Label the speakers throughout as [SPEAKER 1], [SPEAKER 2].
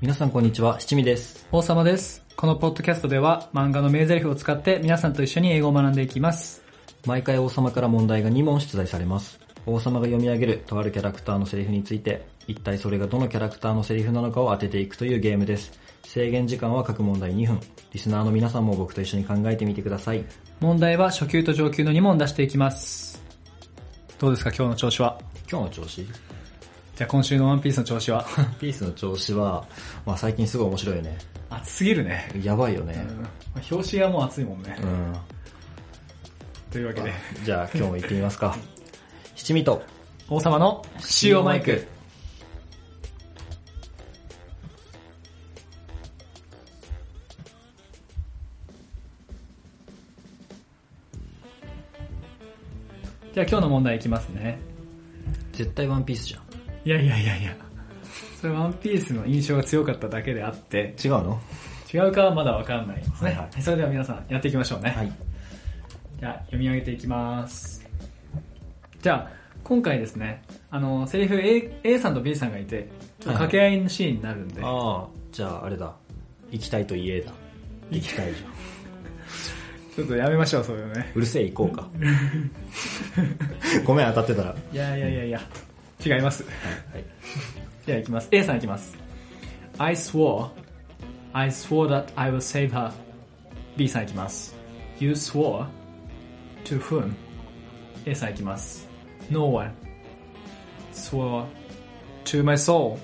[SPEAKER 1] 皆さんこんにちは、七味です。
[SPEAKER 2] 王様です。このポッドキャストでは漫画の名台詞を使って皆さんと一緒に英語を学んでいきます。
[SPEAKER 1] 毎回王様から問題が2問出題されます。王様が読み上げるとあるキャラクターのセリフについて、一体それがどのキャラクターのセリフなのかを当てていくというゲームです。制限時間は各問題2分。リスナーの皆さんも僕と一緒に考えてみてください。
[SPEAKER 2] 問題は初級と上級の2問出していきます。どうですか今日の調子は
[SPEAKER 1] 今日の調子
[SPEAKER 2] じゃあ今週のワンピースの調子は
[SPEAKER 1] ピースの調子は、まあ最近すごい面白いよね。
[SPEAKER 2] 熱すぎるね。
[SPEAKER 1] やばいよね
[SPEAKER 2] う。ん表紙がもう熱いもんね
[SPEAKER 1] う。ん。
[SPEAKER 2] というわけで、
[SPEAKER 1] じゃあ今日も行ってみますか。七味と
[SPEAKER 2] 王様の塩マイク。。じゃあ今日の問題いきますね。
[SPEAKER 1] 絶対ワンピースじゃん。
[SPEAKER 2] いやいやいやいや。それワンピースの印象が強かっただけであって、
[SPEAKER 1] 違うの
[SPEAKER 2] 違うかはまだわかんないです
[SPEAKER 1] は
[SPEAKER 2] ね。
[SPEAKER 1] いはい
[SPEAKER 2] それでは皆さんやっていきましょうね。
[SPEAKER 1] はい。
[SPEAKER 2] じゃあ読み上げていきます。じゃあ今回ですね、あの、セリフ A, A さんと B さんがいて、
[SPEAKER 1] はい
[SPEAKER 2] 掛け合いのシーンになるんで、
[SPEAKER 1] ああ、じゃああれだ。行きたいと言えだ。行きたいじゃん。
[SPEAKER 2] ちょっとやめましょう、それをね。
[SPEAKER 1] うるせえ行こう か。ごめん、当たってたら。はい
[SPEAKER 2] やいやいやいや、違います。
[SPEAKER 1] い。
[SPEAKER 2] じゃあいきます。A さんいきます。I swore, I swore that I will save her. B さんいきます。You swore, to whom? A さんいきます。No one, swore, to my soul.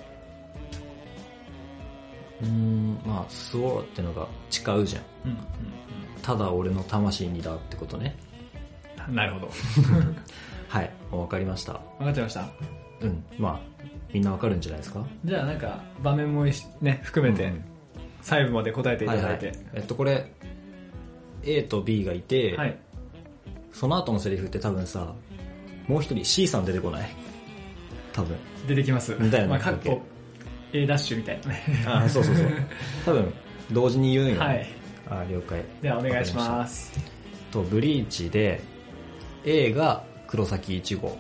[SPEAKER 1] うーん、まあ、スワーってのが誓うじゃん。
[SPEAKER 2] うん
[SPEAKER 1] ただ俺の魂にだってことね。
[SPEAKER 2] うん、なるほど。
[SPEAKER 1] はい、もうわかりました。
[SPEAKER 2] 分かっちゃいました。
[SPEAKER 1] うん、まあ、みんなわかるんじゃないですか。
[SPEAKER 2] じゃあなんか、場面もいしね、含めて、
[SPEAKER 1] うん
[SPEAKER 2] 細部まで答えていただいて。
[SPEAKER 1] はいはい。えっと、これ、A と B がいて、
[SPEAKER 2] はい
[SPEAKER 1] その後のセリフって多分さ、もう一人 C さん出てこない多分。
[SPEAKER 2] 出てきます。
[SPEAKER 1] だよね
[SPEAKER 2] まあ、かっこ
[SPEAKER 1] OK、
[SPEAKER 2] A ダッシュみたいなね。
[SPEAKER 1] あそうそうそう。 多分、同時に言うんよ、 ね。
[SPEAKER 2] はい。
[SPEAKER 1] あ了解。
[SPEAKER 2] ではお願いし
[SPEAKER 1] わかりた
[SPEAKER 2] ます。
[SPEAKER 1] とブリーチで A が黒崎一号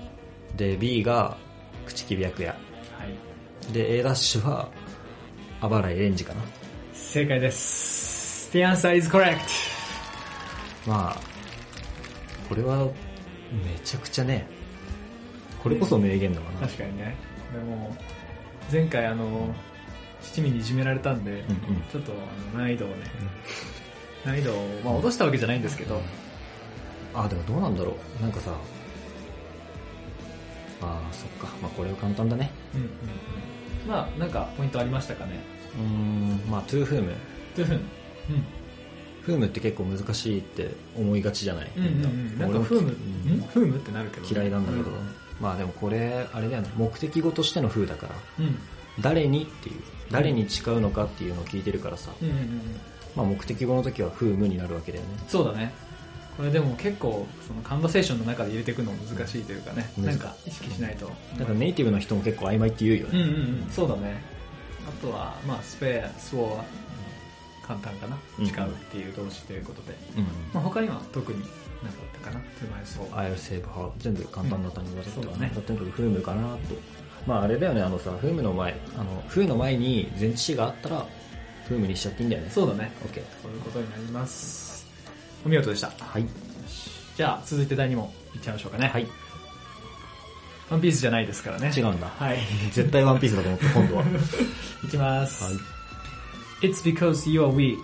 [SPEAKER 1] で B が口木白夜
[SPEAKER 2] はい。
[SPEAKER 1] で A ダッシュはあばらいレンジかな
[SPEAKER 2] 正解です。The answer is correct.
[SPEAKER 1] まあこれはめちゃくちゃねこれこそ名言だわな、
[SPEAKER 2] 確かにね。でも、前回あの、七味にいじめられたんで、
[SPEAKER 1] うんうん
[SPEAKER 2] ちょっとあの難易度をね、難易度を、まあ落としたわけじゃないんですけど、
[SPEAKER 1] あでもどうなんだろうなんかさあーそっかまあこれは簡単だね
[SPEAKER 2] うんうんうん。まあなんかポイントありましたかね。
[SPEAKER 1] うーんまあトゥーフーム
[SPEAKER 2] というふうに。うん。
[SPEAKER 1] フームって結構難しいって思いがちじゃない、
[SPEAKER 2] うんうんうん、なん
[SPEAKER 1] 俺
[SPEAKER 2] か
[SPEAKER 1] も
[SPEAKER 2] フーム、
[SPEAKER 1] うん
[SPEAKER 2] んフームってなるけど。
[SPEAKER 1] 嫌いなんだけど、
[SPEAKER 2] う
[SPEAKER 1] まあでもこれあれだよね目的語としての風だから
[SPEAKER 2] うん。
[SPEAKER 1] 誰にっていう誰に誓うのかっていうのを聞いてるからさ、
[SPEAKER 2] うんうんうんうん。
[SPEAKER 1] まあ、目的語の時は風無になるわけだよね
[SPEAKER 2] そうだね。これでも結構、そのカンバセーションの中で入れていくの難しいというかね、
[SPEAKER 1] うん
[SPEAKER 2] なんか意識しないと。
[SPEAKER 1] だからネイティブの人も結構曖昧って言うよ
[SPEAKER 2] うん
[SPEAKER 1] ね、
[SPEAKER 2] うんうん、そうだね。あとは、まあ、スペア、スォア、簡単かな。
[SPEAKER 1] うん
[SPEAKER 2] 誓うっていう動詞ということで。
[SPEAKER 1] うん
[SPEAKER 2] まあ、他には特になかったかな。トゥーマイソ
[SPEAKER 1] I'll save her 全部簡単な単語だった
[SPEAKER 2] うんそうだね
[SPEAKER 1] だったけど風無かなとまああれだよねあのさ風無の前あの風の前に前置詞があったら風無にしちゃっていいんだよね
[SPEAKER 2] そうだね。
[SPEAKER 1] OK
[SPEAKER 2] そういうことになります。お見事でした。
[SPEAKER 1] はい
[SPEAKER 2] じゃあ、続いて第2問いっちゃいましょうかね。
[SPEAKER 1] はい
[SPEAKER 2] ワンピースじゃないですからね。
[SPEAKER 1] 違うんだ
[SPEAKER 2] はい。
[SPEAKER 1] 絶対ワンピースだと思った今度ははい
[SPEAKER 2] きます。It's because you are weak.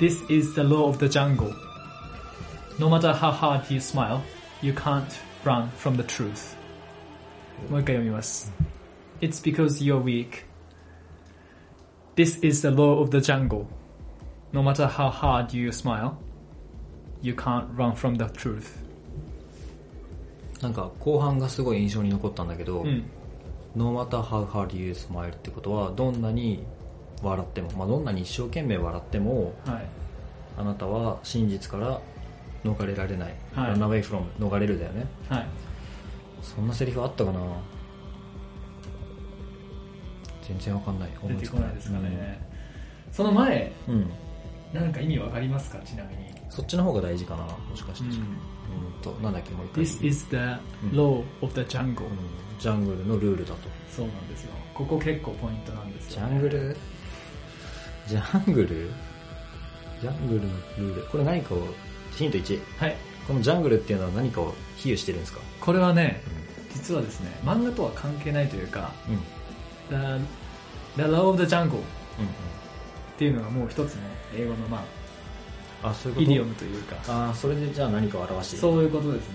[SPEAKER 2] This is the law of the jungle. No matter how hard you smile, you can't run from the truth. もう一回読みます。It's because you're weak. This is the law of the jungle. No matter how hard you smile, you can't run from the truth.
[SPEAKER 1] なんか後半がすごい印象に残ったんだけど、
[SPEAKER 2] うん。
[SPEAKER 1] No matter how hard you smile ってことはどんなに笑っても、まあ、どんなに一生懸命笑っても
[SPEAKER 2] はい。
[SPEAKER 1] あなたは真実から逃れられない、
[SPEAKER 2] はい
[SPEAKER 1] Runaway from 逃れるだよね
[SPEAKER 2] はい。
[SPEAKER 1] そんなセリフあったかな全然わかんない
[SPEAKER 2] 出
[SPEAKER 1] 思
[SPEAKER 2] て
[SPEAKER 1] つ
[SPEAKER 2] こないですかね。その前、
[SPEAKER 1] うん、うん
[SPEAKER 2] なんか意味わかりますかちなみに。
[SPEAKER 1] そっちの方が大事かな、もしかして。
[SPEAKER 2] う
[SPEAKER 1] うんんと、なんだっけ、もう一回。
[SPEAKER 2] This is the
[SPEAKER 1] うん
[SPEAKER 2] law of the jungle.
[SPEAKER 1] うんジャングルのルールだと。
[SPEAKER 2] そうなんですよ。ここ結構ポイントなんです
[SPEAKER 1] ジ
[SPEAKER 2] よ、
[SPEAKER 1] ャングルジャングルジャングルのルール。これ何かを、ヒント1。
[SPEAKER 2] はい。
[SPEAKER 1] このジャングルっていうのは何かを比喩してるんですか
[SPEAKER 2] これはね、実はですね、漫画とは関係ないというか、
[SPEAKER 1] うん。うん。
[SPEAKER 2] The, the law of the jungle っ
[SPEAKER 1] うん。
[SPEAKER 2] ていうのがもう一つの英語のま
[SPEAKER 1] あ、そう
[SPEAKER 2] あ、
[SPEAKER 1] い
[SPEAKER 2] イデ
[SPEAKER 1] う
[SPEAKER 2] ィオ
[SPEAKER 1] こ
[SPEAKER 2] ムというか、
[SPEAKER 1] とあー、それでじゃあ何かを表してる。
[SPEAKER 2] そういうことですね。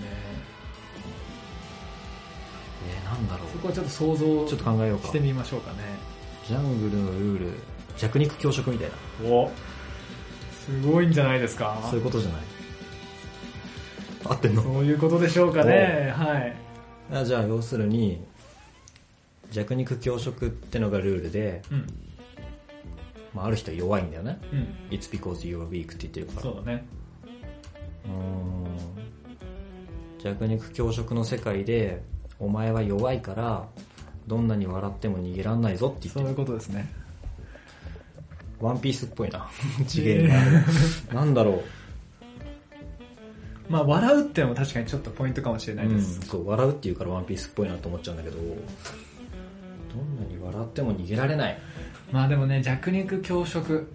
[SPEAKER 1] えー、なんだろ
[SPEAKER 2] そこはちょっと想像
[SPEAKER 1] う。ちょっと考えようか
[SPEAKER 2] し。てみましょうかね。
[SPEAKER 1] ジャングルのルール、弱肉強食みたいな。
[SPEAKER 2] おすごいんじゃないですか
[SPEAKER 1] そういうことじゃない合ってんの
[SPEAKER 2] そういうことでしょうかね。はい。
[SPEAKER 1] あじゃあ要するに弱肉強食ってのがルールで、
[SPEAKER 2] うん。
[SPEAKER 1] まあ、ある人は弱いんだよね
[SPEAKER 2] うん。
[SPEAKER 1] It's because you are weak って言ってるから
[SPEAKER 2] そうだね。
[SPEAKER 1] うーん弱肉強食の世界でお前は弱いからどんなに笑っても逃げらんないぞって言って
[SPEAKER 2] そう
[SPEAKER 1] る
[SPEAKER 2] いうことですね。
[SPEAKER 1] ワンピースっぽい な次元があるなんだろう
[SPEAKER 2] まあ、笑うっていうのも確かにちょっとポイントかもしれないです。
[SPEAKER 1] うん、そう笑うっていうからワンピースっぽいなと思っちゃうんだけどどんなに笑っても逃げられない
[SPEAKER 2] まあでもね、弱肉強食。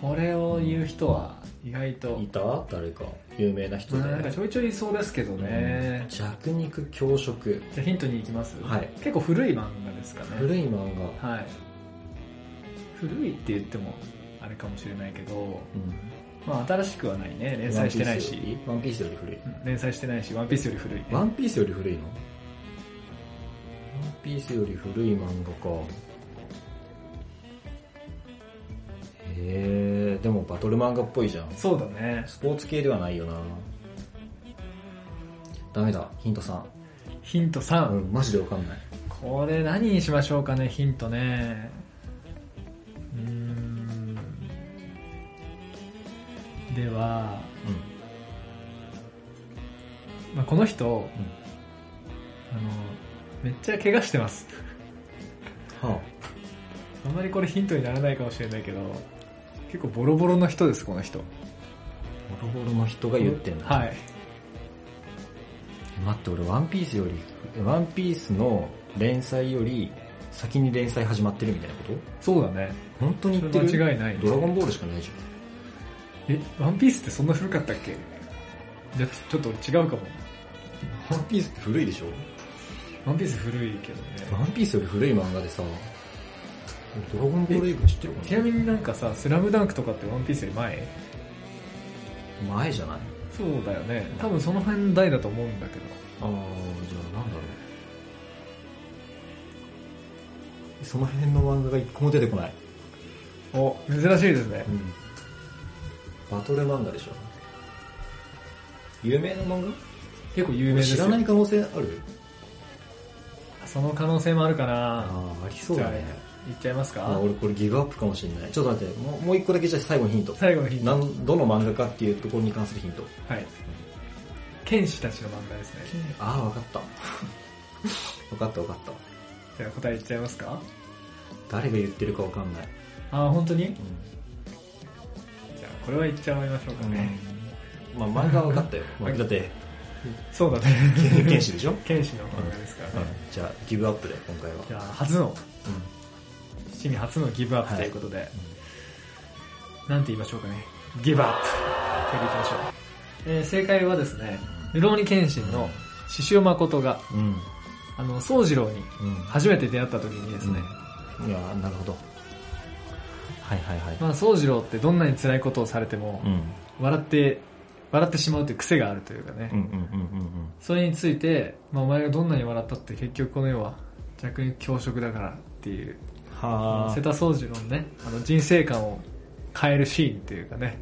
[SPEAKER 2] これを言う人は意外と
[SPEAKER 1] い、た誰か有名な人
[SPEAKER 2] ま
[SPEAKER 1] で
[SPEAKER 2] あ、なんかちょいちょいいそうですけどね。
[SPEAKER 1] 弱肉強食
[SPEAKER 2] じゃあヒントに行きます、
[SPEAKER 1] はい
[SPEAKER 2] 結構古い漫画ですかね。
[SPEAKER 1] 古い漫画、
[SPEAKER 2] はい。古いって言ってもあれかもしれないけど、
[SPEAKER 1] うん
[SPEAKER 2] まあ新しくはないね。連載してないし。
[SPEAKER 1] ワンピースより古い
[SPEAKER 2] うん連載してないし、ワンピースより古いね、
[SPEAKER 1] ワンピースより古いのワンピースより古い漫画かへえでもバトル漫画っぽいじゃん
[SPEAKER 2] そうだね。
[SPEAKER 1] スポーツ系ではないよなダメだヒント3
[SPEAKER 2] ヒント3。
[SPEAKER 1] うんマジでわかんない
[SPEAKER 2] これ何にしましょうかね、ヒントね。うーん。では、
[SPEAKER 1] う
[SPEAKER 2] まあ、この人、
[SPEAKER 1] ん
[SPEAKER 2] あの、めっちゃ怪我してます。
[SPEAKER 1] うんは
[SPEAKER 2] あんまりこれヒントにならないかもしれないけど、結構ボロボロの人です、この人。
[SPEAKER 1] あボロボロの人が言ってんだ
[SPEAKER 2] は
[SPEAKER 1] え
[SPEAKER 2] い。
[SPEAKER 1] 待って俺ワンピースよりえワンピースの連載より先に連載始まってるみたいなこと
[SPEAKER 2] そうだね。
[SPEAKER 1] 本当に言ってる
[SPEAKER 2] それ間違いない
[SPEAKER 1] ドラゴンボールしかないじゃ
[SPEAKER 2] え、ワンピースってそんな古かったっけじゃあ、ちょっと違うかも。
[SPEAKER 1] んワンピースって古いでしょ
[SPEAKER 2] ワンピース古いけど
[SPEAKER 1] ワ
[SPEAKER 2] ね。
[SPEAKER 1] ンピースより古い漫画でさドラゴンボール映画知ってる
[SPEAKER 2] ち
[SPEAKER 1] か
[SPEAKER 2] なみになんかさ、スラムダンクとかってワンピースより前
[SPEAKER 1] な前じゃない
[SPEAKER 2] そうだよね。多分その辺の代だと思うんだけど。
[SPEAKER 1] ああじゃあなんだろうその辺の漫画が一個も出てこない、
[SPEAKER 2] お、珍しいですね。
[SPEAKER 1] バトル漫画でしょ有名な漫画
[SPEAKER 2] 結構有名です
[SPEAKER 1] 知
[SPEAKER 2] よ。
[SPEAKER 1] らない可能性ある
[SPEAKER 2] その可能性もあるかな
[SPEAKER 1] ああありそうだね
[SPEAKER 2] じゃあいっちゃいます
[SPEAKER 1] あ
[SPEAKER 2] か
[SPEAKER 1] 俺これギブアップかもしれないちょっと待ってもうもう一個だけじゃあ最後のヒント
[SPEAKER 2] 最後のヒント。
[SPEAKER 1] な
[SPEAKER 2] は
[SPEAKER 1] んどの漫画かっていうところに関するヒント
[SPEAKER 2] い。剣士たちの漫画ですね。
[SPEAKER 1] あ あわかったわかったわかった
[SPEAKER 2] じゃあ答えいっちゃいますか
[SPEAKER 1] 誰が言ってるかわかんない、
[SPEAKER 2] あー、本当にじゃあこれはいっちゃいましょうかね。
[SPEAKER 1] まあ漫画はわかったよ、 まあだって
[SPEAKER 2] そうだね。
[SPEAKER 1] 剣士でしょ、
[SPEAKER 2] 剣士の漫画ですからね。
[SPEAKER 1] じゃあギブアップで今回は
[SPEAKER 2] じゃあ初の、七味初のギブアッ
[SPEAKER 1] は
[SPEAKER 2] プ
[SPEAKER 1] い
[SPEAKER 2] ということで、なんて言いましょうかね。ギブアップ。それでいきましょう。えー正解はですね、ルローニ剣心の獅子雄誠が、
[SPEAKER 1] うんうん
[SPEAKER 2] あの、宗次郎に
[SPEAKER 1] うん
[SPEAKER 2] 初めて出会った時にですね、
[SPEAKER 1] いやーなるほどはいはいはい、
[SPEAKER 2] まあ、宗次郎ってどんなに辛いことをされても、
[SPEAKER 1] うん
[SPEAKER 2] 笑って、笑ってしまうという癖があるというかね、
[SPEAKER 1] うんうんうんうんうん
[SPEAKER 2] それについて、まあ、お前がどんなに笑ったって結局この世は弱肉強食だからっていう、
[SPEAKER 1] は
[SPEAKER 2] 瀬田宗次郎のね、あの人生観を変えるシーンというかね、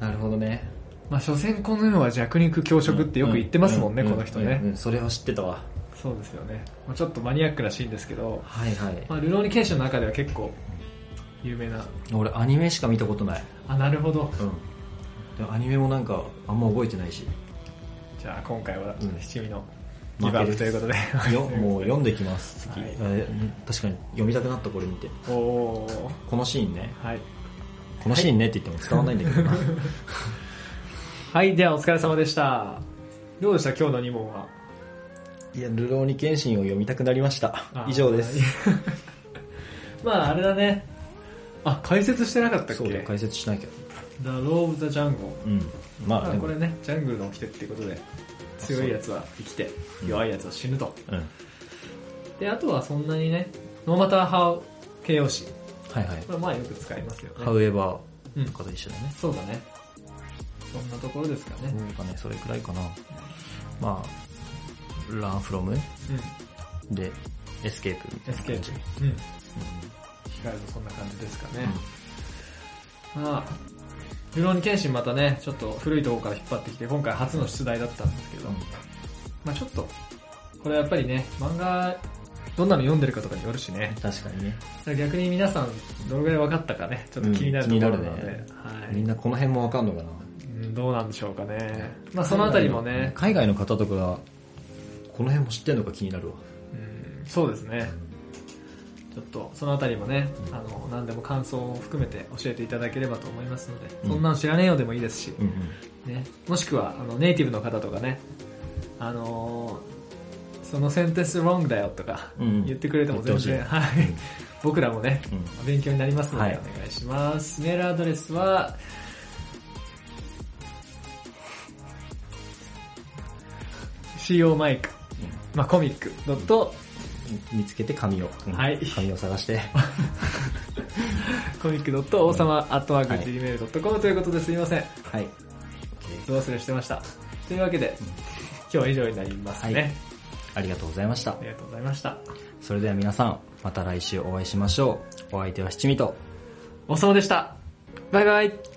[SPEAKER 1] あなるほどね
[SPEAKER 2] まあ、所詮この世は弱肉強食ってよく言ってますもんね、
[SPEAKER 1] うう
[SPEAKER 2] この人ね、
[SPEAKER 1] うんうんそれは知ってたわ
[SPEAKER 2] そうですよね。まあ、ちょっとマニアックなシーンですけど、
[SPEAKER 1] はいはい
[SPEAKER 2] まあ、ルローニケンションの中では結構有名な、
[SPEAKER 1] 俺アニメしか見たことない
[SPEAKER 2] あ、なるほど。
[SPEAKER 1] うんでもアニメもなんかあんま覚えてないし
[SPEAKER 2] じゃあ今回は
[SPEAKER 1] うん
[SPEAKER 2] 七味のギ
[SPEAKER 1] 負
[SPEAKER 2] ブア
[SPEAKER 1] け
[SPEAKER 2] ッ
[SPEAKER 1] です
[SPEAKER 2] プということで。
[SPEAKER 1] よもう読んできます次、
[SPEAKER 2] はい
[SPEAKER 1] えー確かに読みたくなったこれ見て
[SPEAKER 2] おー
[SPEAKER 1] このシーンね
[SPEAKER 2] はい。
[SPEAKER 1] このシーンねって言っても伝わんないんだけどな。
[SPEAKER 2] はい、ではお疲れ様でした。どうでした今日の2問は。
[SPEAKER 1] いや、ルローニケンシンを読みたくなりました
[SPEAKER 2] あ。ー
[SPEAKER 1] 以上です。。
[SPEAKER 2] まあ、あれだね。あ、解説してなかったっけ
[SPEAKER 1] そうだよ、解説しなきゃ。
[SPEAKER 2] The Law of the Jungle。
[SPEAKER 1] うん。まあ、
[SPEAKER 2] まあ
[SPEAKER 1] でも
[SPEAKER 2] これね、ジャングルが起きてってことで、強いやつは生きて、
[SPEAKER 1] うん
[SPEAKER 2] 弱いやつは死ぬと。
[SPEAKER 1] うん。
[SPEAKER 2] で、あとはそんなにね、ノーマターハウ形容詞。
[SPEAKER 1] はいはい。
[SPEAKER 2] これまあよく使いますよね。
[SPEAKER 1] however
[SPEAKER 2] うん
[SPEAKER 1] とかと一緒だね。
[SPEAKER 2] そうだね。そんなところですかね。
[SPEAKER 1] そうかね、それくらいかな。まあ、run from
[SPEAKER 2] う
[SPEAKER 1] で、エスケープ。
[SPEAKER 2] ん。エスケープ。うん。光もそんな感じですかね。まあ、ルローニケンシンまたね、ちょっと古いところから引っ張ってきて、今回初の出題だったんですけど、まあちょっと、これやっぱりね、漫画、どんなの読んでるかとかによるしね。
[SPEAKER 1] 確かにね。
[SPEAKER 2] 逆に皆さん、どのぐらい分かったかね、ちょっと気になる
[SPEAKER 1] うん
[SPEAKER 2] ところなので、
[SPEAKER 1] 気になる
[SPEAKER 2] は
[SPEAKER 1] み
[SPEAKER 2] い
[SPEAKER 1] んなこの辺もわかんのかな。
[SPEAKER 2] うんどうなんでしょうかね。まあそのあたりもね、
[SPEAKER 1] 海外の方とかが、この辺も知ってんのか気になるわ。
[SPEAKER 2] うんそうですね、ちょっとそのあたりもね、あの、何でも感想を含めて教えていただければと思いますので、
[SPEAKER 1] うん
[SPEAKER 2] そんなの知らねえよでもいいですし、
[SPEAKER 1] うんうん。
[SPEAKER 2] ね、もしくはあのネイティブの方とかね、あのーそのセンテンス wrong だよとか
[SPEAKER 1] うんうん
[SPEAKER 2] 言ってくれても全然、
[SPEAKER 1] 言っ
[SPEAKER 2] はい、僕らもね、
[SPEAKER 1] うん
[SPEAKER 2] 勉強になりますので、
[SPEAKER 1] はい
[SPEAKER 2] お願いします。メールアドレスは、co マイク、まあ、コミックドット、
[SPEAKER 1] 見つけて紙を。うん
[SPEAKER 2] はい
[SPEAKER 1] 紙を探 して。
[SPEAKER 2] コミックドット、王様アットワー
[SPEAKER 1] は
[SPEAKER 2] ク
[SPEAKER 1] い
[SPEAKER 2] gmail.com ということですいません。
[SPEAKER 1] はい。
[SPEAKER 2] どうするしてました。というわけで、今日は以上になりますね。
[SPEAKER 1] はいありがとうございました
[SPEAKER 2] あ。りがとうございました。
[SPEAKER 1] それでは皆さん、また来週お会いしましょう。お相手は七味と。
[SPEAKER 2] おそうでした。バイバイ。